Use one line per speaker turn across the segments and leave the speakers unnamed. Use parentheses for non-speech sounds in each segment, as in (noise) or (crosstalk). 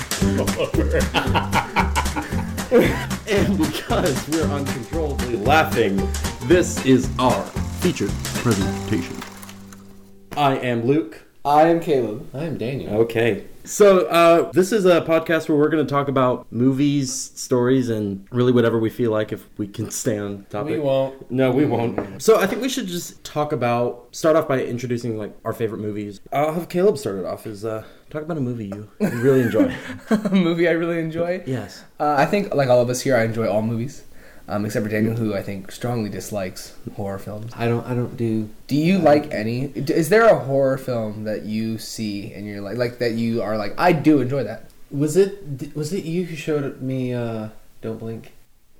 over. and because we're uncontrollably laughing, this is our featured presentation. I am Luke.
I am Caleb.
I am Daniel.
Okay. So, uh, this is a podcast where we're going to talk about movies, stories, and really whatever we feel like if we can stay on topic.
We won't.
No, we won't. So, I think we should just talk about, start off by introducing like our favorite movies. I'll have Caleb started off is uh, talk about a movie you you really
(laughs)
enjoy.
(laughs) a movie I really enjoy.
yes.
Uh, I think, like all of us here, I enjoy all movies, um, except for Daniel, who I think strongly dislikes horror films.
I don't. I don't do.
Do you like any? d- Is there a horror film that you see and you're like, like that you are like, I do enjoy that.
Was it? d- Was it you who showed me? uh Don't blink.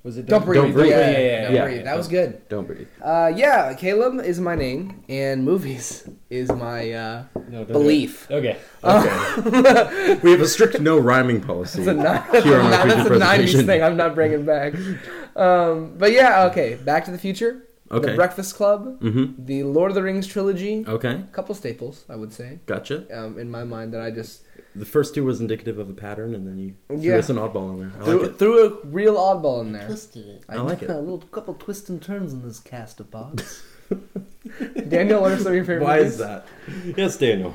Was it?
Don't breathe.
Don't Breathe.
Yeah,
Yeah,
yeah,
yeah,
Don't
yeah.
breathe. That was good.
Don't breathe.
Uh, yeah, Caleb is my name, and movies is my uh,
No, don't do it.
belief.
Okay.
(laughs) We have a strict no rhyming policy.
That's a, ni-
Here
(laughs)
on our
that's a
feature
90s
presentation.
thing I'm not bringing back. Um, but yeah, okay. Back to the Future.
Okay. Oh.
The Breakfast Club.
Mhm.
The Lord of the Rings trilogy.
okay.
A couple staples, I would say,
Gotcha.
um, in my mind that I just
The first two was indicative of a pattern, and then you threw
Yeah.
us an oddball in there. I
threw,
like it.
threw a real oddball in there.
Twisted it.
I like
(laughs)
it.
A little couple twists and turns in this cast of
(laughs)
box.
Daniel, what are some of your favorite
Why
movies?
is that?
(laughs)
Yes, Daniel.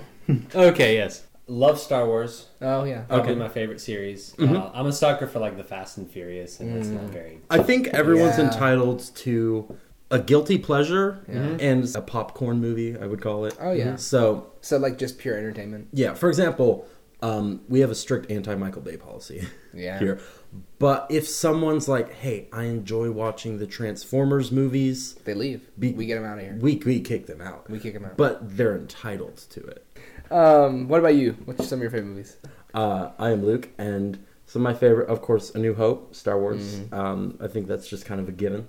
Okay, yes. Love Star Wars.
Oh, yeah.
Probably
Okay.
my favorite series.
Mm-hmm.
Uh, I'm a sucker for like the Fast and Furious, and that's
Mm.
not very.
I think everyone's
Yeah.
entitled to a guilty pleasure
Yeah.
and a popcorn movie, I would call it.
Oh, yeah.
So,
So, like, just pure entertainment.
yeah, for example, um, we have a strict anti Michael Bay policy
(laughs) Yeah.
here. But if someone's like, hey, I enjoy watching the Transformers movies,
They leave.
Be-
we get them out of here.
we, we kick them out.
We kick them out.
But they're entitled to it.
Um, what about you? What's some of your favorite movies?
Uh, I am Luke, and some of my favorite, of course, A New Hope, Star Wars.
Mm-hmm.
Um, I think that's just kind of a given.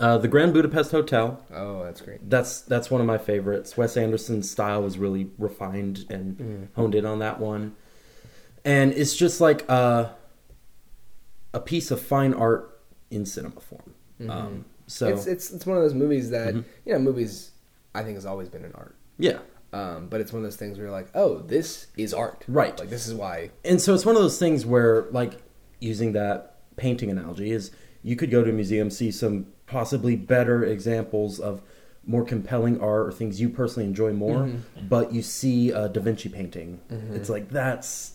Uh, the Grand Budapest Hotel.
Oh, that's great.
That's that's one of my favorites. Wes Anderson's style was really refined and
Mm.
honed in on that one, and it's just like a a piece of fine art in cinema form. Um, so Mm-hmm.
Mm-hmm. It's, it's it's one of those movies that you know movies. I think has always been an art.
yeah,
Um, but it's one of those things where you're like, oh, this is art.
Right.
Like this is why.
and so it's one of those things where like using that painting analogy is you could go to a museum see some possibly better examples of more compelling art or things you personally enjoy more
Mm-hmm.
but you see a da vinci painting it's like that's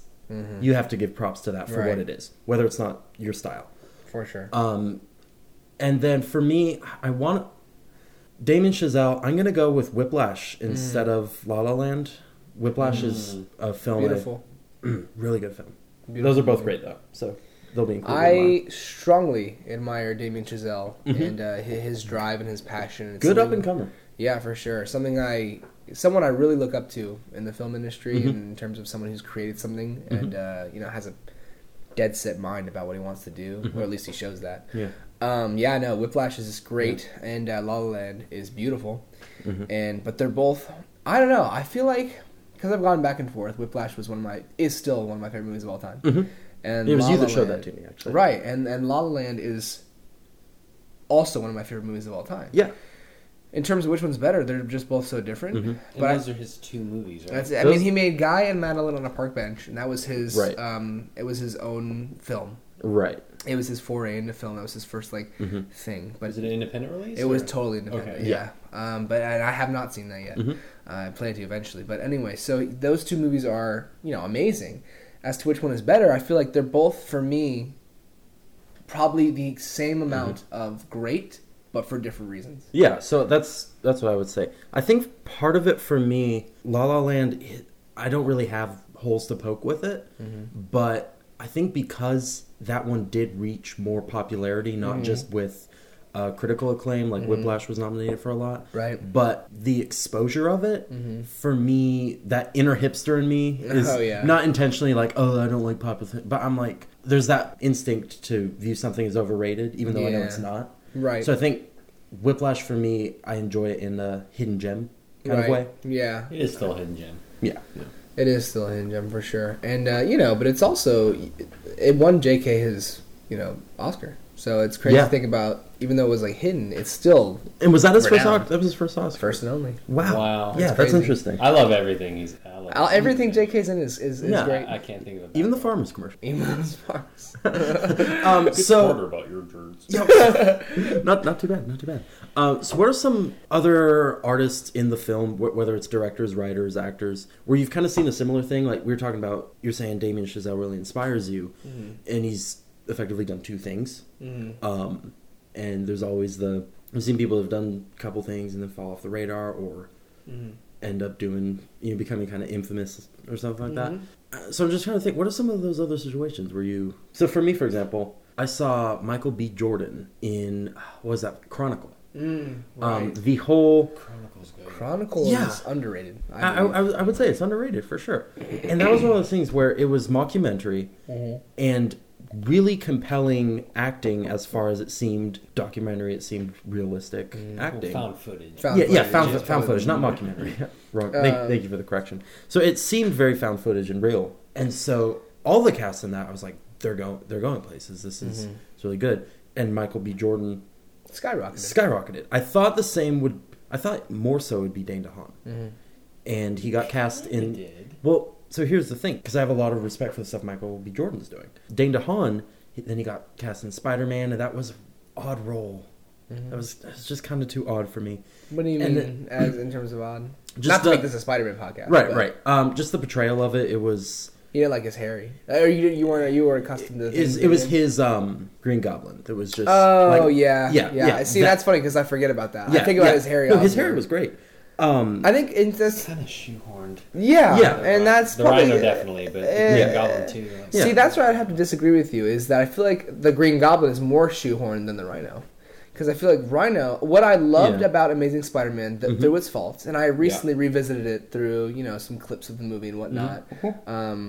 you have to give props to that for what it
Mm-hmm. Right.
is whether it's not your style
For sure.
um, and then for me, I want Damon Chazelle. I'm gonna go with Whiplash
Mm.
instead of La La Land. Whiplash is a film. I-
Beautiful.
really good film. Those
Beautiful
are both
movie.
great though, so they'll be included. in mine.
I strongly admire Damien Chazelle and uh, hi- his drive and his passion. It's
Mm-hmm. good up
something-
and comer.
Yeah, for sure. Something I, someone I really look up to in the film industry,
Mm-hmm.
in terms of someone who's created something and uh, you know has a dead set mind about what he wants to do,
Mm-hmm.
or at least he shows that.
Yeah.
Um, yeah, no, Whiplash is great, and uh, La La Land is beautiful,
Mm-hmm.
and but they're both. I don't know. I feel like because I've gone back and forth. Whiplash was one of my is still one of my favorite movies of all time. And
Mm. Mm-hmm. It was
La
you
La
that showed
Land-
that to me, actually.
right? And and La La Land is also one of my favorite movies of all time.
Yeah,
In terms of which one's better, they're just both so different.
And
But I,
those are his two movies, right?
that's it. I
Mm-hmm. Those-
mean, he made Guy and Madeline on a park bench, and that was his.
Right.
Um, it was his own film.
right.
It was his foray into film. That was his first like
Mm-hmm.
thing. But
Was it an independent release?
it was
or-
totally independent.
Okay.
Yeah. Um, but and I have not seen that yet.
Mm-hmm.
Uh, I plan to eventually. But anyway, so those two movies are you know amazing. As to which one is better, I feel like they're both for me probably the same
Mm-hmm.
amount of great, but for different reasons.
Yeah, so that's that's what I would say. I think part of it for me, La La Land, it- I don't really have holes to poke with it,
Mm-hmm.
but I think because that one did reach more popularity, not
Mm-hmm.
just with uh, critical acclaim, like Whiplash was nominated for a lot,
Right. Mm-hmm.
But the exposure of it, for me, that inner hipster in me is
Oh, yeah.
not intentionally like, oh, I don't like popular, but I'm like, there's that instinct to view something as overrated, even though I know
Yeah.
it's not.
Right.
So I think Whiplash for me, I enjoy it in a hidden gem kind of way.
Yeah.
It is still a hidden gem.
Yeah.
It is still a hidden gem for sure, and uh, you know, but it's also it won J.K. his you know Oscar, so it's crazy
Yeah.
to think about. Even though it was like hidden, it's still
And was that his first
Renowned.
Oscar? That was his first Oscar.
first and only.
Wow.
Wow.
Yeah, that's
That's crazy.
interesting.
I love everything he's. I love
I'll, everything JK's in is is, is
No,
great.
I can't think of it.
Even the farmers commercial.
Emos
(laughs)
Fox.
Um, so
about your turds.
not not too bad, not too bad. Um, so what are some other artists in the film, wh- whether it's directors, writers, actors, where you've kind of seen a similar thing? Like we were talking about, you're saying Damien Chazelle really inspires you,
Mm-hmm.
and he's effectively done two things. Um, and there's always the I've seen people have done a couple things and then fall off the radar or end up doing you know becoming kind of infamous or something like that. Uh, So I'm just trying to think, what are some of those other situations where you? So for me, for example, I saw Michael B. Jordan in what was that Chronicle? Um,
right.
the whole
Chronicles good.
Chronicle
Yeah.
is underrated.
I, I,
believe.
I would- I would say it's underrated for sure. And that was one of those things where it was mockumentary
mm-hmm.
and really compelling acting as far as it seemed documentary, it seemed realistic acting.
Found footage.
Found-
yeah, yeah,
footage,
found,
yeah.
found footage, not mockumentary. (laughs) Wrong. thank,
Um,
thank you for the correction. So it seemed very found footage and real. And so all the cast in that, I was like, they're going, they're going places. This is it's really good. And Michael B. Jordan
skyrocketed.
skyrocketed. I thought the same would. I thought more so would be Dane DeHaan,
Mm-hmm.
and he got cast in.
did.
Well, so here's the thing, because I have a lot of respect for the stuff Michael B. Jordan's doing. Dane DeHaan, he- then he got cast in Spider Man, and that was an odd role. That was that was just kind of too odd for me.
What do you
And
mean as in terms of odd?
Just
Not to
the-
make this a Spider-Man podcast.
Right,
but
right. Um, just the portrayal of it. It was
You didn't like his Harry, or you you weren't you were accustomed to.
is it was his um Green Goblin that was just.
Oh
like-
yeah,
yeah,
yeah,
yeah,
See,
that-
that's funny because I forget about that. I
yeah,
think about
yeah.
his Harry.
No,
all
his
the
hair
time.
was great. Um,
I think it's just
Kind of shoehorned.
yeah,
Yeah.
and that's
Uh, the
probably
Rhino definitely, but the Green
Yeah.
Goblin too. Like,
Yeah.
See, that's where I'd have to disagree with you. Is that I feel like the Green Goblin is more shoehorned than the Rhino, because I feel like Rhino. What I loved
Yeah. Mm-hmm.
about Amazing Spider-Man th- through its faults, and I recently revisited it through you know some clips of the movie and whatnot, because
Mm-hmm.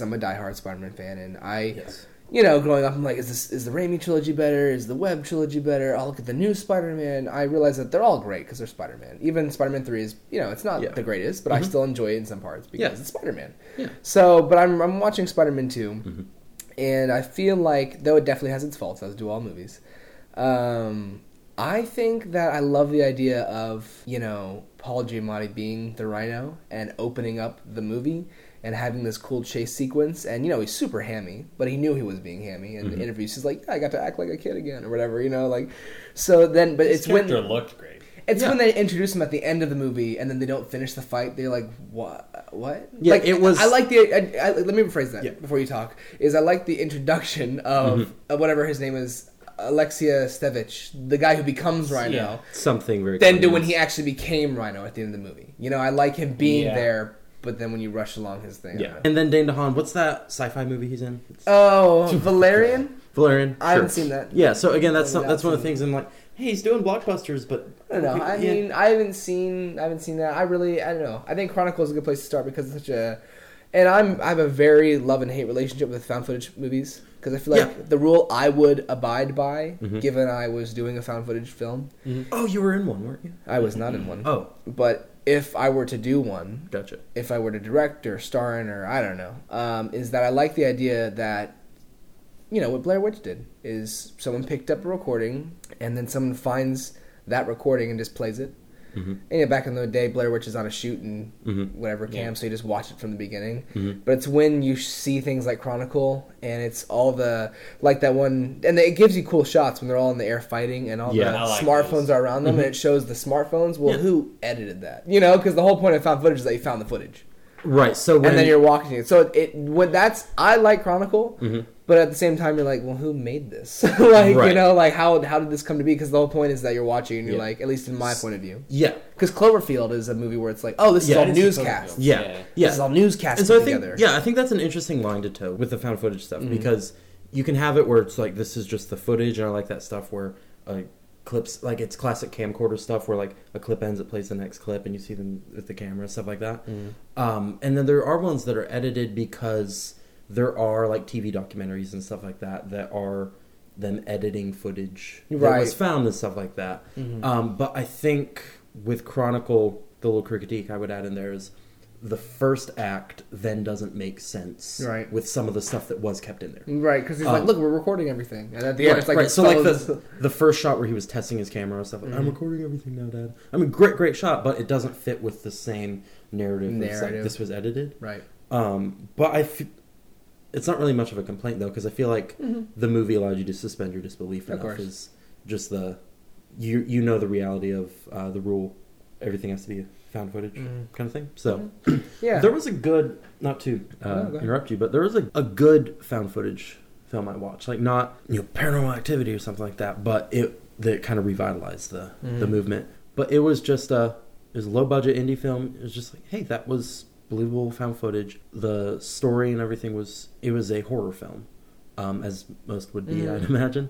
I'm a diehard Spider-Man fan, and I,
Yes.
you know, growing up, I'm like, is this is the Raimi trilogy better? Is the Web trilogy better? I'll look at the new Spider-Man. I realize that they're all great because they're Spider-Man. Even Spider-Man Three is, you know, it's not
Yeah. Mm-hmm.
the greatest, but I still enjoy it in some parts because
Yeah.
it's Spider-Man.
Yeah. Mm-hmm.
So, but I'm I'm watching Spider-Man 2 and I feel like though it definitely has its faults, as do all movies. Um, I think that I love the idea of you know Paul Giamatti being the Rhino and opening up the movie and having this cool chase sequence. And you know he's super hammy, but he knew he was being hammy. And
Mm-hmm.
the interviews, he's like, yeah, "I got to act like a kid again," or whatever, you know. Like, so then, but
his
it's when
character looked great.
it's
Yeah.
when they introduce him at the end of the movie, and then they don't finish the fight. They're like, "What? What?"
Yeah,
like,
it was-
I like the. I, I, let me rephrase that
Yeah. Mm-hmm.
before you talk. Is I like the introduction of, of whatever his name is, Alexia Stevich, the guy who becomes Rhino,
Yeah.
something very.
then to when
close.
he actually became Rhino at the end of the movie. You know, I like him being
Yeah.
there, but then when you rush along his thing, I
Yeah,
don't know.
and then Dane DeHaan. What's that sci-fi movie he's in? It's-
Oh, Valerian.
Valerian.
I haven't seen that.
Yeah, so again, that's
Haven't
some, that's one of the
seen
things I'm like, hey, he's doing blockbusters, but
I don't know. I
Yeah.
mean, I haven't seen, I haven't seen that. I really, I don't know. I think Chronicle is a good place to start because it's such a, and I'm, I have a very love and hate relationship with found footage movies because I feel like
Yeah. Mm-hmm.
the rule I would abide by, given I was doing a found footage film,
oh, you were in one, weren't you?
I was not in one.
Oh,
But if I were to do one,
gotcha.
if I were to direct or star in or I don't know, um, is that I like the idea that you know what Blair Witch did is someone picked up a recording and then someone finds that recording and just plays it. And yeah, back in the day, Blair Witch is on a shoot and
Mm-hmm.
whatever cam, so you just watch it from the beginning. But it's when you see things like Chronicle and it's all the like that one, and it gives you cool shots when they're all in the air fighting and all
Yeah.
the
I like
smartphones
those.
are around them, and it shows the smartphones. Well,
Mm-hmm. Yeah.
who edited that? You know, because the whole point of found footage is that you found the footage
Right. So when
and then you're watching it. So it when that's I like Chronicle, but at the same time you're like, well, who made this? (laughs) like
Mm-hmm. Right.
you know, like how how did this come to be? Because the whole point is that you're watching and you're
Yeah.
like, at least in my point of view,
yeah,
because Cloverfield is a movie where it's like, oh, this
Yeah,
is all
it
is
newscast.
Cloverfield.
yeah,
Yeah.
yeah.
This is all newscast
and so I
put
think,
together. Mm-hmm.
yeah, I think that's an interesting line to toe with the found footage stuff because you can have it where it's like this is just the footage, and I like that stuff where uh, clips, like it's classic camcorder stuff where like a clip ends, it plays the next clip, and you see them with the camera stuff like that.
Mm-hmm.
Um, and then there are ones that are edited because there are like TV documentaries and stuff like that that are them editing footage that
Right.
was found and stuff like that.
Mm-hmm.
Um, but I think with Chronicle, the little critique I would add in there is the first act then doesn't make sense
Right.
with some of the stuff that was kept in there.
Right, because he's
Um,
like, look, we're recording everything, and at the end,
right,
it's like,
right.
it
so like
follows- Mm-hmm.
the, the first shot where he was testing his camera and stuff. Like, I'm recording everything now, Dad. I mean, great, great shot, but it doesn't fit with the same narrative. It's like
Narrative.
this was edited.
right,
Um, but I, f- it's not really much of a complaint though, because I feel like the movie allowed you to suspend your disbelief
Of
enough.
course.
Is just the you you know the reality of uh, the rule. Everything has to be found footage
Mhm.
kind of thing. So (clears throat)
yeah,
there was a good not to
No,
uh,
go ahead.
interrupt you, but there was a, a good found footage film I watched, like not you know Paranormal Activity or something like that, but it that kind of revitalized the the
Mhm.
movement. But it was just a it was a low budget indie film. It was just like hey, that was believable found footage. The story and everything was it was a horror film, um, as most would be,
Mm.
I'd imagine.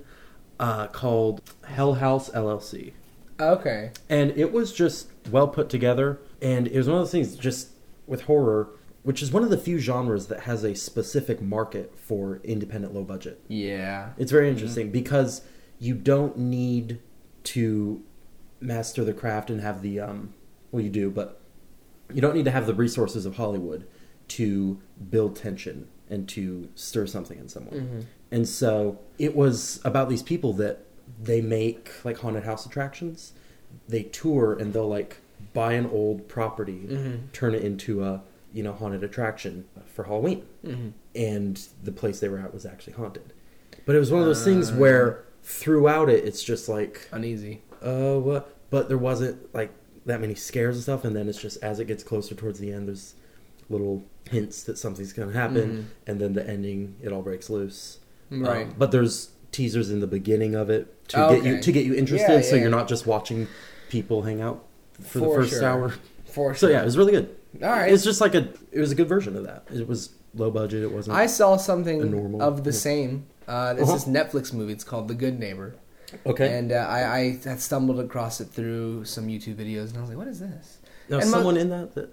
Uh, called Hell House LLC
okay,
and it was just well put together and it was one of those things just with horror which is one of the few genres that has a specific market for independent low budget
yeah,
it's very interesting because you don't need to master the craft and have the um well you do but you don't need to have the resources of hollywood to build tension and to stir something in someone and so it was about these people that they make like haunted house attractions. They tour and they'll like buy an old property, turn it into a you know haunted attraction for Halloween.
Mm-hmm.
And the place they were at was actually haunted. But it was one of those things where throughout it, it's just like
uneasy,
oh, what? But there wasn't like that many scares and stuff. And then it's just as it gets closer towards the end, there's little hints that something's going to happen. And then the ending, it all breaks loose. Um,
Mm-hmm. Right.
but there's teasers in the beginning of it to
Oh,
get you
okay.
to get you interested,
Yeah,
so
yeah.
you're not just watching people hang out for, the
For
first
sure.
hour.
for
So
sure.
yeah, it was really good.
All right.
It's just like a it was a good version of that. It was low budget. It wasn't.
I saw
A
something
normal-
of the
yeah.
same. Uh, it's
Uh-huh.
this Netflix movie. It's called The Good Neighbor.
okay.
And uh, I, I had stumbled across it through some YouTube videos, and I was like, "What is this?"
now
and mo-
someone in that that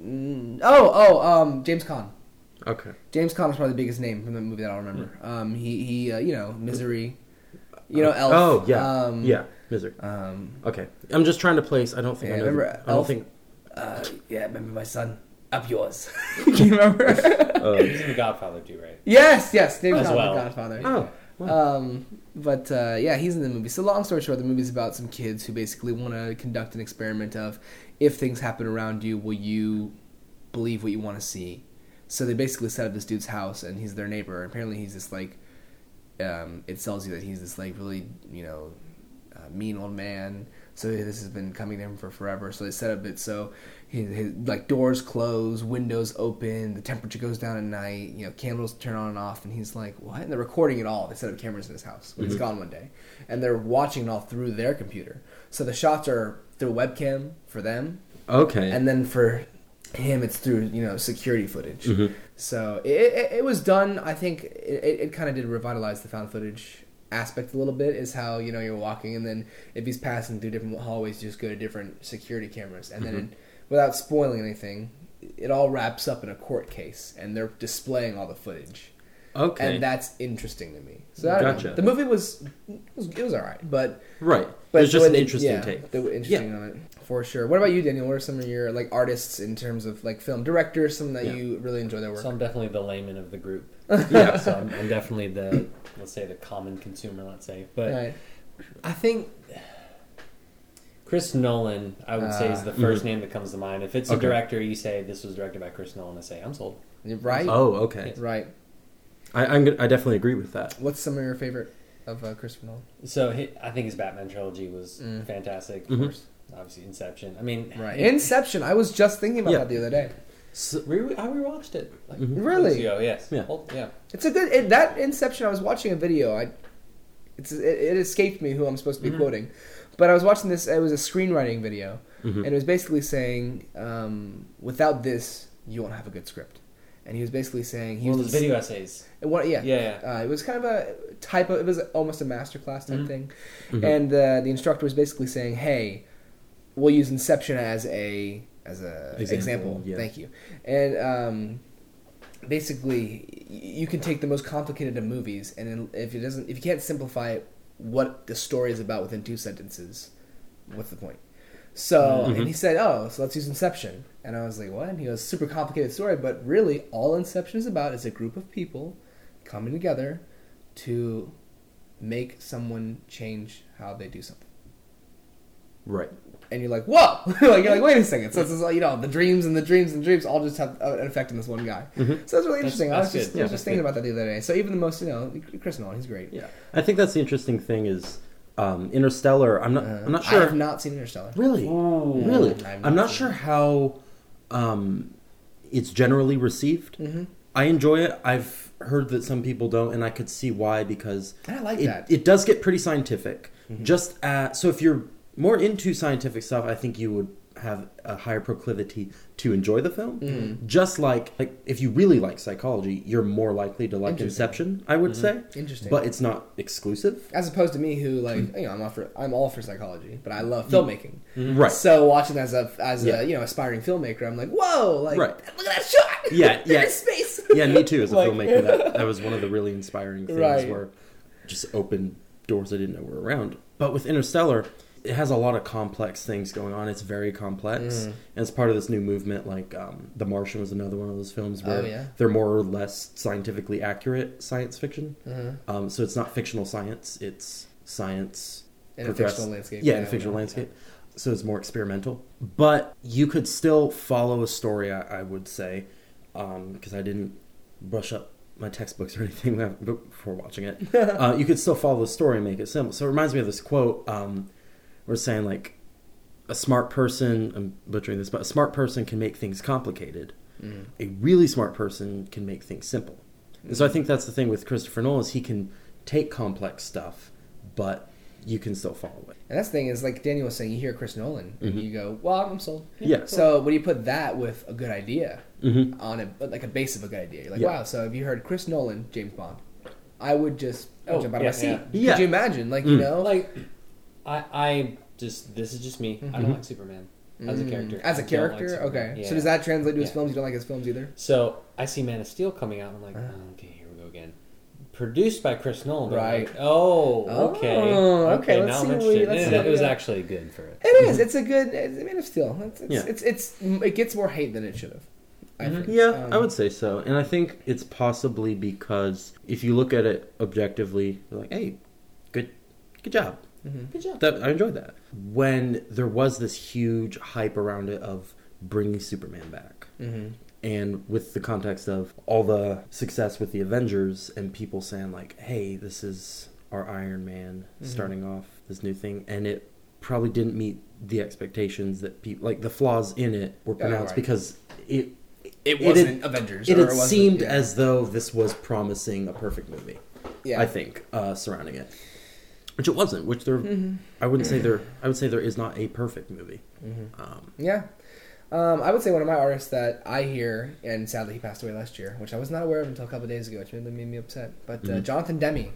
Mm, oh, oh, um, James Caan.
okay.
James Caan is probably the biggest name from the movie that I'll remember.
Mm.
Um, he, he, uh, you know, Misery. You know, Elf.
Oh yeah,
Um,
yeah. Misery.
Um,
Okay, I'm just trying to place. I don't think
Yeah,
I know. the-
remember
I don't
Elf? (laughs)
think.
uh, yeah, remember my son. Up yours. (laughs) Do you remember? (laughs)
Uh,
He's in The Godfather too, right?
yes, yes, James
As
Caan,
well.
the Godfather.
oh,
Um, but uh, yeah, he's in the movie. So long story short, the movie's about some kids who basically want to conduct an experiment of if things happen around you, will you believe what you want to see? So they basically set up this dude's house, and he's their neighbor. Apparently, he's this like um, it tells you that he's this like really you know uh, mean old man. So this has been coming to him for forever. So they set up it so his, his like doors close, windows open, the temperature goes down at night. You know, candles turn on and off, and he's like, "What?" And they're recording it all. They set up cameras in his house when he's gone one day, and they're watching it all through their computer. So the shots are through webcam for them,
okay.
and then for him it's through you know security footage
Mm-hmm.
so it, it, it was done i think it, it, it kind of did revitalize the found footage aspect a little bit is how you know you're walking and then if he's passing through different hallways you just go to different security cameras and
Mm-hmm.
then it, without spoiling anything it all wraps up in a court case and they're displaying all the footage
okay.
and that's interesting to me so I don't
Gotcha.
know. the movie was it was, it was all right but
right.
but
it was just
the-
an interesting
yeah,
take.
They were interesting on it for sure. What about you, Daniel? What are some of your like artists in terms of like film directors? Some that
Yeah.
you really enjoy their work.
So I'm definitely the layman of
(laughs)
the group. yeah. So I'm, I'm definitely the let's say the common consumer. Let's say, but
Right.
I think Chris Nolan, I would say, is the 1st name that comes to mind. If it's a
Uh, mm-hmm. Okay.
director, you say this was directed by Chris Nolan. I say I'm sold.
Right.
Oh, okay.
Right.
I, I'm. gonna- I definitely agree with that.
What's some of your favorite of uh, Christopher Nolan?
So hi I think his Batman trilogy was
Mm.
fantastic. Of
Mhm.
course, obviously Inception. I mean,
Right. Inception. I was just thinking about
Yeah.
that the other day.
So,
we re- I rewatched it. Like,
Mhm.
Mm-hmm. Really?
months ago, yes.
Yeah.
Well, yeah.
It's a good it, that Inception. I was watching a video. I it's it, it escaped me who I'm supposed to
Mm-hmm.
be quoting, but I was watching this. It was a screenwriting video,
Mm-hmm.
and it was basically saying, um, "Without this, you won't have a good script." And he was basically saying he
One of
was
those video essays.
What, yeah,
Yeah,
Uh, it was kind of a type of. It was almost a masterclass type
Mm-hmm.
Mhm.
thing, and uh, the instructor was basically saying, "Hey, we'll use Inception as a as a
Example,
example."
yeah.
Thank you. And um, basically, y- you can take the most complicated of movies, and then if it doesn't, if you can't simplify what the story is about within two sentences, what's the point? So
Mm-hmm.
and he said, "Oh, so let's use Inception." And I was like, "What?" And he goes, "Super complicated story, but really, all Inception is about is a group of people coming together to make someone change how they do something."
Right.
And you're like, "Whoa!" (laughs) like you're like, "Wait a second! So this is all- you know the dreams and the dreams and dreams all just have uh, an effect on this one guy." So that's really
Mm-hmm. That's-
interesting. I was
that's
just,
good.
I was
Yeah.
just thinking about that the other day. So even the most you know, Chris Nolan, he's great.
Yeah. I think that's the interesting thing is um, Interstellar. I'm not. I'm not sure.
Uh, I have not seen Interstellar.
Really?
Ooh.
Really?
I've
I'm not
not seen
sure how um, it's generally received.
Mm-hmm.
I enjoy it. I've heard that some people don't, and I could see why because
And I like
it,
that. Mm-hmm.
it does get pretty scientific. Just at, so if you're more into scientific stuff, I think you would have a higher proclivity to enjoy the film.
Mm-hmm.
Just like like if you really like psychology, you're more likely to like
Interesting. Mm-hmm.
Inception. I would say
Interesting.
but it's not exclusive.
as opposed to me who like you know I'm all for I'm all for psychology, but I love filmmaking.
Mm-hmm. Right.
So watching as a as
Yeah.
a you know aspiring filmmaker, I'm like, whoa, like
Right.
look at that shot.
Yeah,
(laughs) They're
yeah. (laughs)
in space.
yeah, me too. As a
Like-
filmmaker,
(laughs)
that, that was one of the really inspiring things
Right.
where just opened doors I didn't know were around. But with Interstellar, it has a lot of complex things going on. It's very
Mm.
complex, and it's part of this new movement. Like um, The Martian was another one of those films where
Oh, yeah.
they're more or less scientifically accurate science fiction.
Hmm. Mm-hmm.
Um, so it's not fictional science; it's science
In a
progress-
fictional landscape,
Yeah, in
yeah,
a fictional
yeah.
landscape. So it's more experimental, but you could still follow a story. I, I would say, because I didn't brush up my textbooks or (laughs) anything that- b- before watching
(laughs)
it. uh, you could still follow the story and make it simple. So it reminds me of this quote. Um, we're saying like a smart person. I'm butchering this, but a smart person can make things complicated.
Mm. Mm-hmm.
A really smart person can make things simple. And so I think that's the thing with Christopher Nolan is he can take complex stuff, but you can still follow it.
And that's the thing is like Daniel was saying, you hear Chris Nolan and you go, well, I'm sold.
Mm-hmm. Yeah.
So when you put that with a good idea
Mhm.
on a like a base of a good idea, you're like,
Yeah.
wow. So if you heard Chris Nolan, James Bond, I would just I would
Oh,
jump out
yeah,
of my seat.
yeah.
Yeah. Mm.
Could you imagine? Like you know,
Like, I, I just this is just me. I don't like Superman as a
Mm-hmm.
character.
Mm. as
I
a
don't like
character.
Superman.
okay.
Yeah.
So does that translate to his
Yeah.
films? You don't like his films either.
So I see Man of Steel coming out. and I'm like,
Ah.
oh, okay, here we go again. Produced by Chris Nolan. but I'm
Right.
like, oh,
Oh,
okay.
okay, let's
now
see
I'm
what we-
interested.
let's
And
see
it
what
was
we-
actually good for it.
It is. It's a good. It's a Man of Steel. It's, it's,
Mm-hmm. Yeah. Mm-hmm.
it's, it's, it gets more hate than it should have. I think.
Yeah,
Um,
I would say so. And I think it's possibly because if you look at it objectively, you're like, hey, good good job.
mm-hmm.
Good job. That, I enjoyed that. When there was this huge hype around it of bringing Superman back.
Mm-hmm.
And with the context of all the success with the Avengers and people saying like, "Hey, this is our Iron Man
Mm-hmm.
starting off this new thing," and it probably didn't meet the expectations that people like the flaws in it were pronounced
right.
because it
It
had-
wasn't Avengers,
It
or
had
it wasn't-
seemed
yeah.
as though this was promising a perfect movie.
Yeah.
I think uh, surrounding it, which it wasn't. Which there,
Mm-hmm.
I wouldn't say there. I would say there is not a perfect movie.
Mm-hmm.
Um,
Yeah. Um, I would say one of my artists that I hear, and sadly he passed away last year, which I was not aware of until a couple of days ago, which really made me upset. But uh,
Mm-hmm.
Jonathan Demme,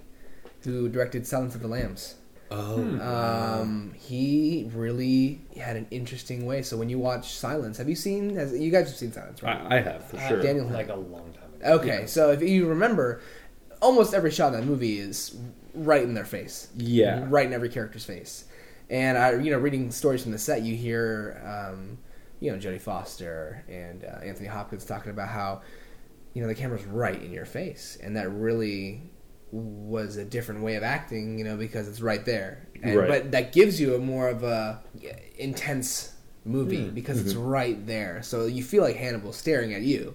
who directed Silence of the Lambs,
oh,
um, he really had an interesting way. So when you watch Silence, have you seen? Has, you guys have seen Silence, right?
I, I have for sure.
Uh, Daniel-
like a long time ago.
Okay, so if you remember, almost every shot in that movie is right in their face.
Yeah.
right in every character's face. And I, you know, reading stories from the set, you hear, um, you know, Jodie Foster and uh, Anthony Hopkins talking about how, you know, the camera's right in your face, and that really was a different way of acting, you know, because it's right there. And,
Right.
But that gives you a more of a intense movie
Hmm.
because it's
Mm-hmm.
right there. So you feel like Hannibal staring at you.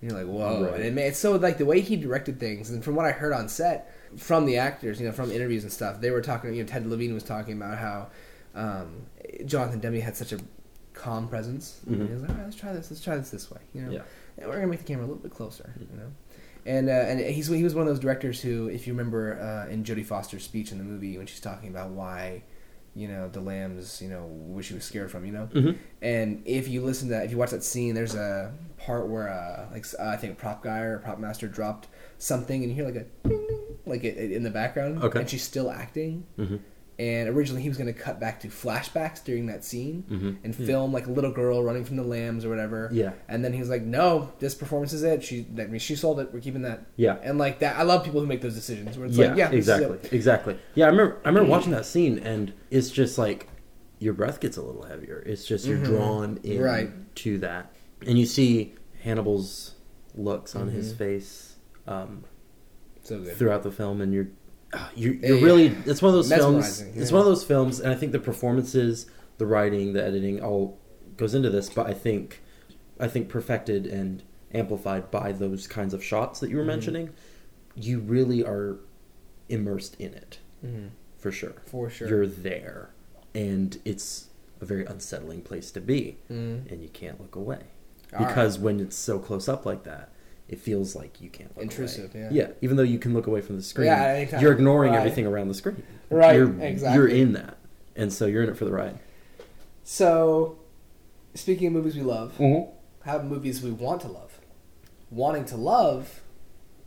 And you're like, whoa.
Right.
And it ma- it's so like the way he directed things, and from what I heard on set from the actors, you know, from interviews and stuff, they were talking. You know, Ted Levine was talking about how um, Jonathan Demme had such a calm presence. And he was like, all right, let's try this. Let's try this this way. You know,
Mm-hmm. Yeah. Mm-hmm.
and we're gonna make the camera a little bit closer. You know. And, uh, and he's, he was one of those directors who, if you remember uh, in Jodie Foster's speech in the movie when she's talking about why you know the lambs you know what she was scared from you know
Mm-hmm.
and if you listen to that if you watch that scene there's a part where uh like uh, i think a prop guy or a prop master dropped something and you hear like a ding, ding, like it, it- in the background
Okay.
and she's still acting and originally he was going to cut back to flashbacks during that scene and film like a little girl running from the lambs or whatever
Hmm. Yeah.
and then he was like no this performance is it she I mean, she sold it we're keeping that
Yeah.
and like that i love people who make those decisions where it's
yeah,
like yeah this is it.
exactly, exactly. Yeah, I remember. I remember watching that scene, and it's just like your breath gets a little heavier. It's just you're
Mhm.
drawn in
Right.
to that, and you see Hannibal's looks on his
Mm-hmm.
face um,
So good.
throughout the film, and you're ah, you're,
Yeah,
you're
yeah.
really it's one of those films.
Mesmerizing,
It's
yeah.
one of those films, and I think the performances, the writing, the editing all goes into this, but I think I think perfected and amplified by those kinds of shots that you were
Mm-hmm.
mentioning, you really are immersed in it
Mhm.
for sure
For sure.
you're there and it's a very unsettling place to be
Mm.
and you can't look away
All right.
because when it's so close up like that it feels like you can't look
Intrusive,
away.
yeah.
even though you can look away from the screen
Yeah, anytime.
you're ignoring
Right.
everything around the screen
Right,
you're,
exactly.
you're in that and so you're in it for the ride
So, speaking of movies we love,
mm-hmm.
how about movies we want to love? Wanting to love,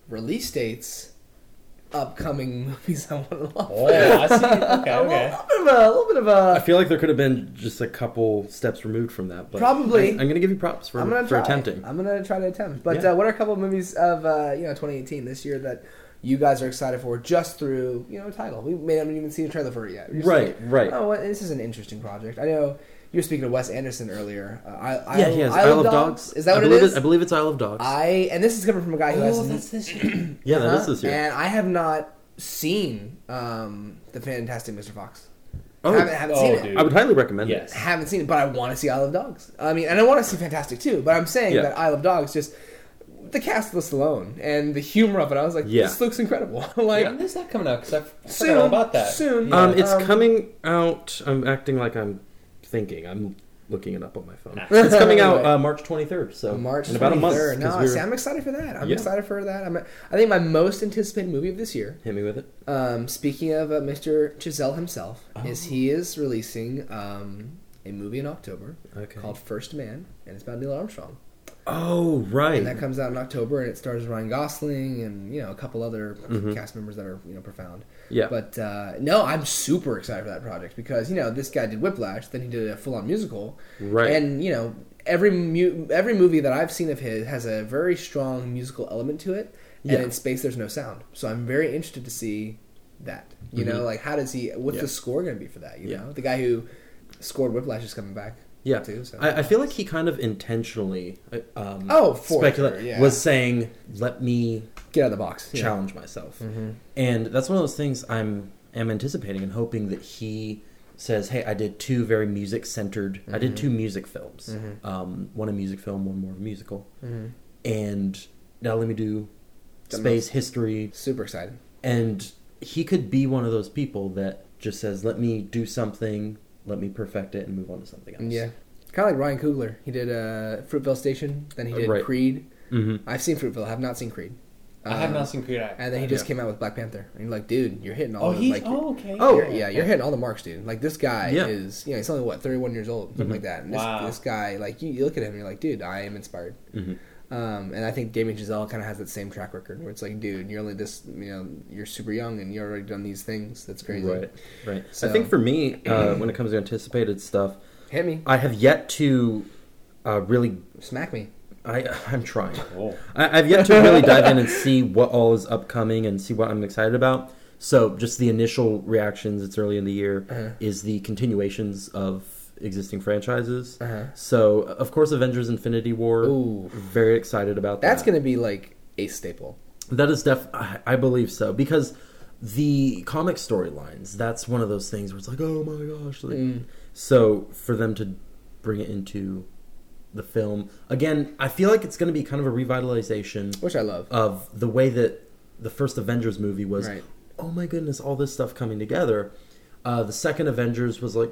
release dates, upcoming (laughs) movies I want to love.
Oh, I see.
(laughs)
Okay,
a, little,
okay.
little bit of a little bit of
i
a.
feel like there could have been just a couple steps removed from that but
Probably.
I, am gonna give you props for,
I'm gonna
for
try.
attempting
I'm gonna try to attempt. But
Yeah.
uh, what are a couple of movies of uh, you know 2018 this year that you guys are excited for just through you know a title? We may not even see a trailer for it yet. We're just
right
like,
right
Oh, well, this is an interesting project. I know you were speaking of Wes Anderson earlier. Uh, I, I,
yeah he has
Isle, of Dogs. Is that
I
what it
believe Oh,
is?
i believe it's isle of dogs
I and this is coming from a guy who has
this year.
yeah that is
Huh?
this year
Uh-huh. And I have not seen um, the Fantastic Mr. Fox.
Oh.
I haven't, haven't
Oh,
seen it.
dude.
i would highly recommend it
Yes.
Haven't seen it, but I want to see Isle of Dogs. I mean, and I want to see Fantastic too. But I'm saying
Yeah.
that Isle of Dogs just the cast list alone and the humor of it. I was like,
Yeah.
this looks incredible. (laughs) like
When is that coming out? Because I forgot
Soon,
all about that.
soon.
Yeah.
Um, it's
Um,
coming out. I'm acting like I'm thinking. I'm looking it up on my phone.
Ah.
It's coming out
Anyway.
uh, March 23rd. So
March
in about a month.
23rd. No,
'cause we
see,
were-
I'm excited for that. I'm
Yeah.
excited for that. I'm, I think my most anticipated movie of this year
Hit me with it.
Um, speaking of uh, Mr. Giselle himself,
Oh.
is he is releasing um, a movie in October
Okay.
called First Man, and it's about Neil Armstrong.
Oh right.
And that comes out in October, and it stars Ryan Gosling and you know a couple other cast members that are you know profound.
Mm-hmm. Yeah.
But uh, no, I'm super excited for that project because you know this guy did Whiplash, then he did a full-on musical,
Right.
And you know every mu- every movie that I've seen of his has a very strong musical element to it, and
Yeah.
in space there's no sound, so I'm very interested to see that. You know, like how does he?
Mm-hmm.
What's
Yeah.
the score going to be for that? You
Yeah.
know, the guy who scored Whiplash is coming back.
yeah.
too. So.
I, I feel like he kind of intentionally. uh, Um,
Oh, for
specula-
sure, yeah.
was saying, "Let me
Get out of the box. Yeah. Mm-hmm.
challenge myself,"
Mm-hmm.
and that's one of those things I'm am anticipating and hoping that he says, "Hey, I did two very music centered. I
Mm-hmm.
did two music films. Um, one a music film, one more musical."
Mm-hmm.
and now let me do space history
Super excited.
and he could be one of those people that just says let me do something let me perfect it and move on to something else
Yeah. Kind of like Ryan Coogler. He did uh, Fruitville Station, then he did
Right.
Creed.
hmm
I've seen Fruitville. I have not seen Creed.
I have
Um,
not seen Creed.
And then he just came out with Black Panther. And you're like, dude, you're hitting all
Oh,
the
he's
like,
oh, okay.
Oh,
you're- yeah, you're hitting all the marks, dude. Like this guy
Yeah.
is, you know, he's only what 31 years old, something like that. And this,
Wow.
this guy, like, you, you look at him, and you're like, dude, I am inspired.
Mhm.
Um, and I think Damien Giselle kind of has that same track record where it's like, dude, you're only this, you know, you're super young and you're already done these things. That's crazy.
right right
So-
i think for me uh, when it comes to anticipated stuff
Hit me,
i have yet to uh, really
smack me.
I, (laughs) i'm trying
Oh.
I, I've yet to really dive (laughs) in and see what all is upcoming and see what I'm excited about. So, just the initial reactions, it's early in the year,
Uh-huh.
is the continuations of existing franchises.
Uh-huh.
So, of course, Avengers Infinity War.
Ooh.
Very excited about that.
That's gonna be like a staple.
That is def. I, I believe so. Because the comic storylines, that's one of those things where it's like, oh my gosh.
Mm.
Like, So, for them to bring it into the film, again, I feel like it's going to be kind of a revitalization
which I love.
of the way that the first Avengers movie was.
Right.
Oh my goodness, all this stuff coming together. Uh, the second Avengers was like,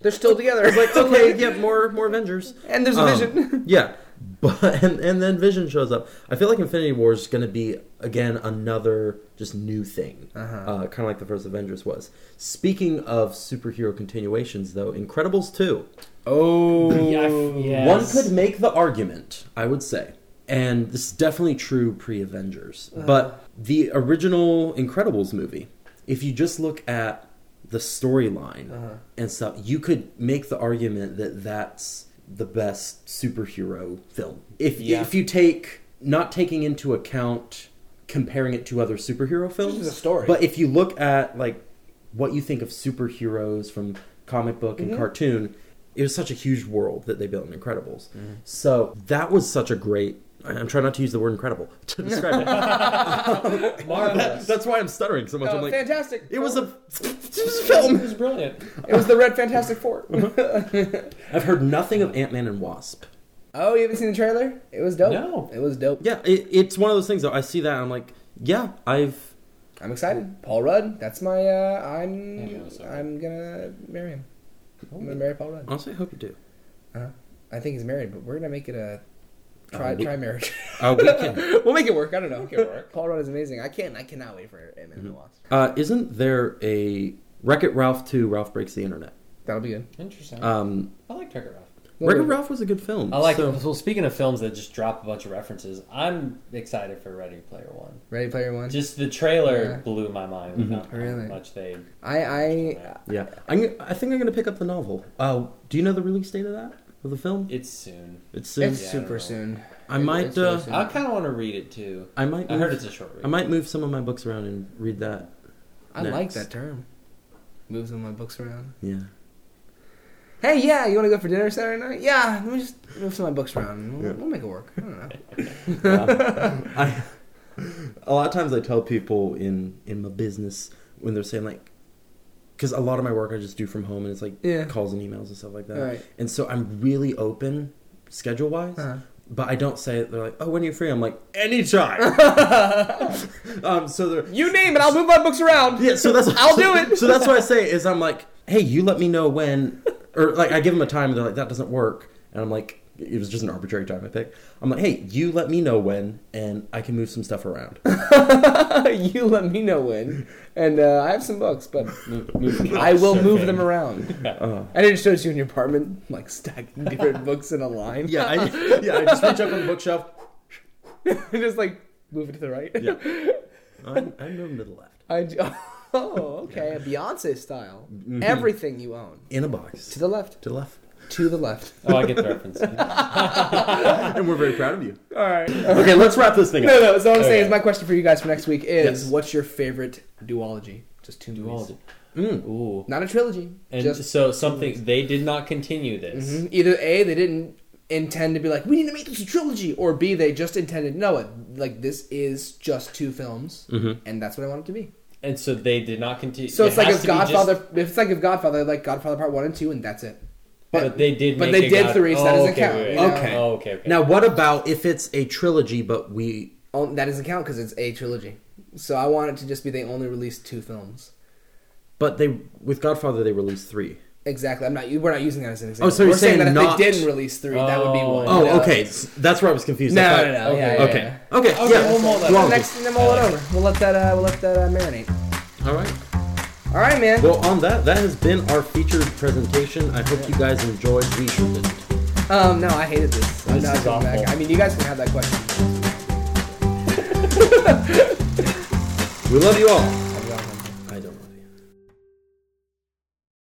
They're still together.
(laughs)
Um, It's
like
(laughs)
okay, yeah, more more Avengers.
And there's a Vision.
Um, yeah, but and and then Vision shows up. I feel like Infinity War is going to be again another just new thing,
Uh-huh.
kind of like the first Avengers was. Speaking of superhero continuations, though, Incredibles two.
(laughs) Oh,
Yeah, I f- yeah.
One
Yes.
could
(laughs)
make the argument, I would say, and this is definitely true pre Avengers,
Uh.
but the original Incredibles movie, if you just look at the storyline
Uh-huh.
and stuff, you could make the argument that that's the best superhero film. If,
Yeah.
if you take, not taking into account comparing it to other superhero films,
a story.
but if you look at, like, what you think of superheroes from comic book and
Mhm.
cartoon, it was such a huge world that they built in Incredibles.
Mm-hmm.
So that was such a great. I'm trying not to use the word incredible (laughs) to describe
(laughs)
it. That-
Marvelous.
that's why I'm stuttering so much.
Oh,
I'm like,
fantastic!
it was a, it was (laughs) a
It
film.
was brilliant.
(laughs) It was the Red Fantastic Four.
I've heard nothing of Ant Man and Wasp.
(laughs) oh, you haven't seen the trailer? It was dope.
No.
It was dope.
Yeah, it, it's one of those things though. I see that and I'm like, yeah, I've
I'm excited. Paul Rudd. That's my. Uh, I'm.
Yeah, no, sorry.
I'm gonna marry him. I'm gonna marry Paul Rudd.
honestly I hope you do.
I think he's married, but we're gonna make it a
Oh,
try
we-
try marriage.
Uh, we can.
(laughs) we'll make it work. I don't know. Make it work. Paul Rudd is amazing. I can't. I cannot wait for Ant Man and the Wasp.
Uh, isn't there a Wreck It Ralph 2 Ralph Breaks the Internet?
That'll be good.
Interesting.
Uh,
Um,
I like Wreck-It Ralph.
Wreck It Ralph was a good film.
I like.
so,
well, speaking of films that just drop a bunch of references, I'm excited for Ready Player One.
Ready Player One.
Just the trailer
Yeah. Mm-hmm.
blew my mind. with how- how
Really?
much they.
I. I.
Yeah. I'm, I think I'm going to pick up the novel. Uh, do you know the release date of that? Of the film?
It's soon.
It's soon.
It's
Yeah, I don't know.
super soon.
I
It-
might,
it's really
uh,
soon.
I kind of want to read it too.
I might.
I
Move,
heard it's a short read.
I might move some of my books around and read that.
I like
next.
that term. Moves all my books around.
Yeah.
Hey, yeah, you want to go for dinner Saturday night? Yeah, let me just move some of my books around. We'll,
Yeah.
we'll make it work. I don't know.
I, (laughs) a lot of times I tell people in in my business when they're saying like, because a lot of my work I just do from home and it's like
Yeah.
calls and emails and stuff like that.
Right.
And so I'm really open schedule wise,
Uh-huh.
but I don't say it. They're like, oh, when are you free? I'm like,
(laughs)
anytime. (laughs) um, so they're
(laughs) You name it, I'll move my books around.
yeah. So that's
I'll
so-
do it.
So that's what I say is I'm like, hey, you let me know when, or like I give them a time and they're like that doesn't work, and I'm like. It was just an arbitrary time I picked. I'm like, hey, you let me know when, and I can move some stuff around.
(laughs) you let me know when, and uh, I have some books,
(laughs)
but
Move- move-
I will
Sure
move
can.
them around.
(laughs) Uh-huh.
Uh,
And it shows you in your apartment, like stacking different (laughs) books in a line.
Yeah, (laughs) I, yeah. I just reach up on the bookshelf.
(laughs) just like move it to the right.
Yeah, I'm, I'm moving to the left
I j- (laughs)
(laughs)
oh, okay. Beyonce style.
Mm-hmm.
Everything you own.
in a box
To
to
the left.
the left, (laughs)
To the left.
Oh, I get the reference. (laughs) now.
and we're very proud of you.
All (laughs) right.
Okay, let's wrap this thing
No,
up.
no. So what I'm
Okay.
saying is, my question for you guys for next week is,
Yes.
what's your favorite duology? Just two duology.
Mm.
Ooh.
Not a trilogy.
And
just
so something they did not continue this.
Mhm. either a they didn't intend to be like we need to make this a trilogy, or b they just intended no, it, like this is just two films, and that's what I want it to be.
And so they did not continue.
So it's
Mm-hmm. it
like
has
if
to be just-
Godfather, if it's like if Godfather, like Godfather Part One and Two, and that's it.
but they did.
but
make
they
a
did
God-
three, so that
Oh,
doesn't
okay,
count,
wait,
you
wait.
know?
Okay.
Oh, okay. Okay.
Now, what about if it's a trilogy, but we?
Oh, that doesn't count because it's a trilogy. So I want it to just be they only released two films.
But they with Godfather they released three.
Exactly. I'm not. We're not using that as an example.
Oh, so you're
we're
saying
that if
not-
they didn't release three, that would be one.
Oh,
Yeah.
okay, s- that's where I was confused.
No,
I thought-
no, no.
Okay.
Yeah, yeah,
Okay.
yeah.
Okay.
Okay,
yeah.
we'll mull that
Duology.
out.
Next, then we'll
I
let
like
over. We'll let that. Uh, we'll let that uh, marinate.
All right.
All right, man.
Well, on that, that has been our featured presentation. I hope you guys enjoyed. We sure did.
Um, no, I hated this. I'm
This
not
is
going
awful.
back. I mean, you guys can have that question.
We love you all.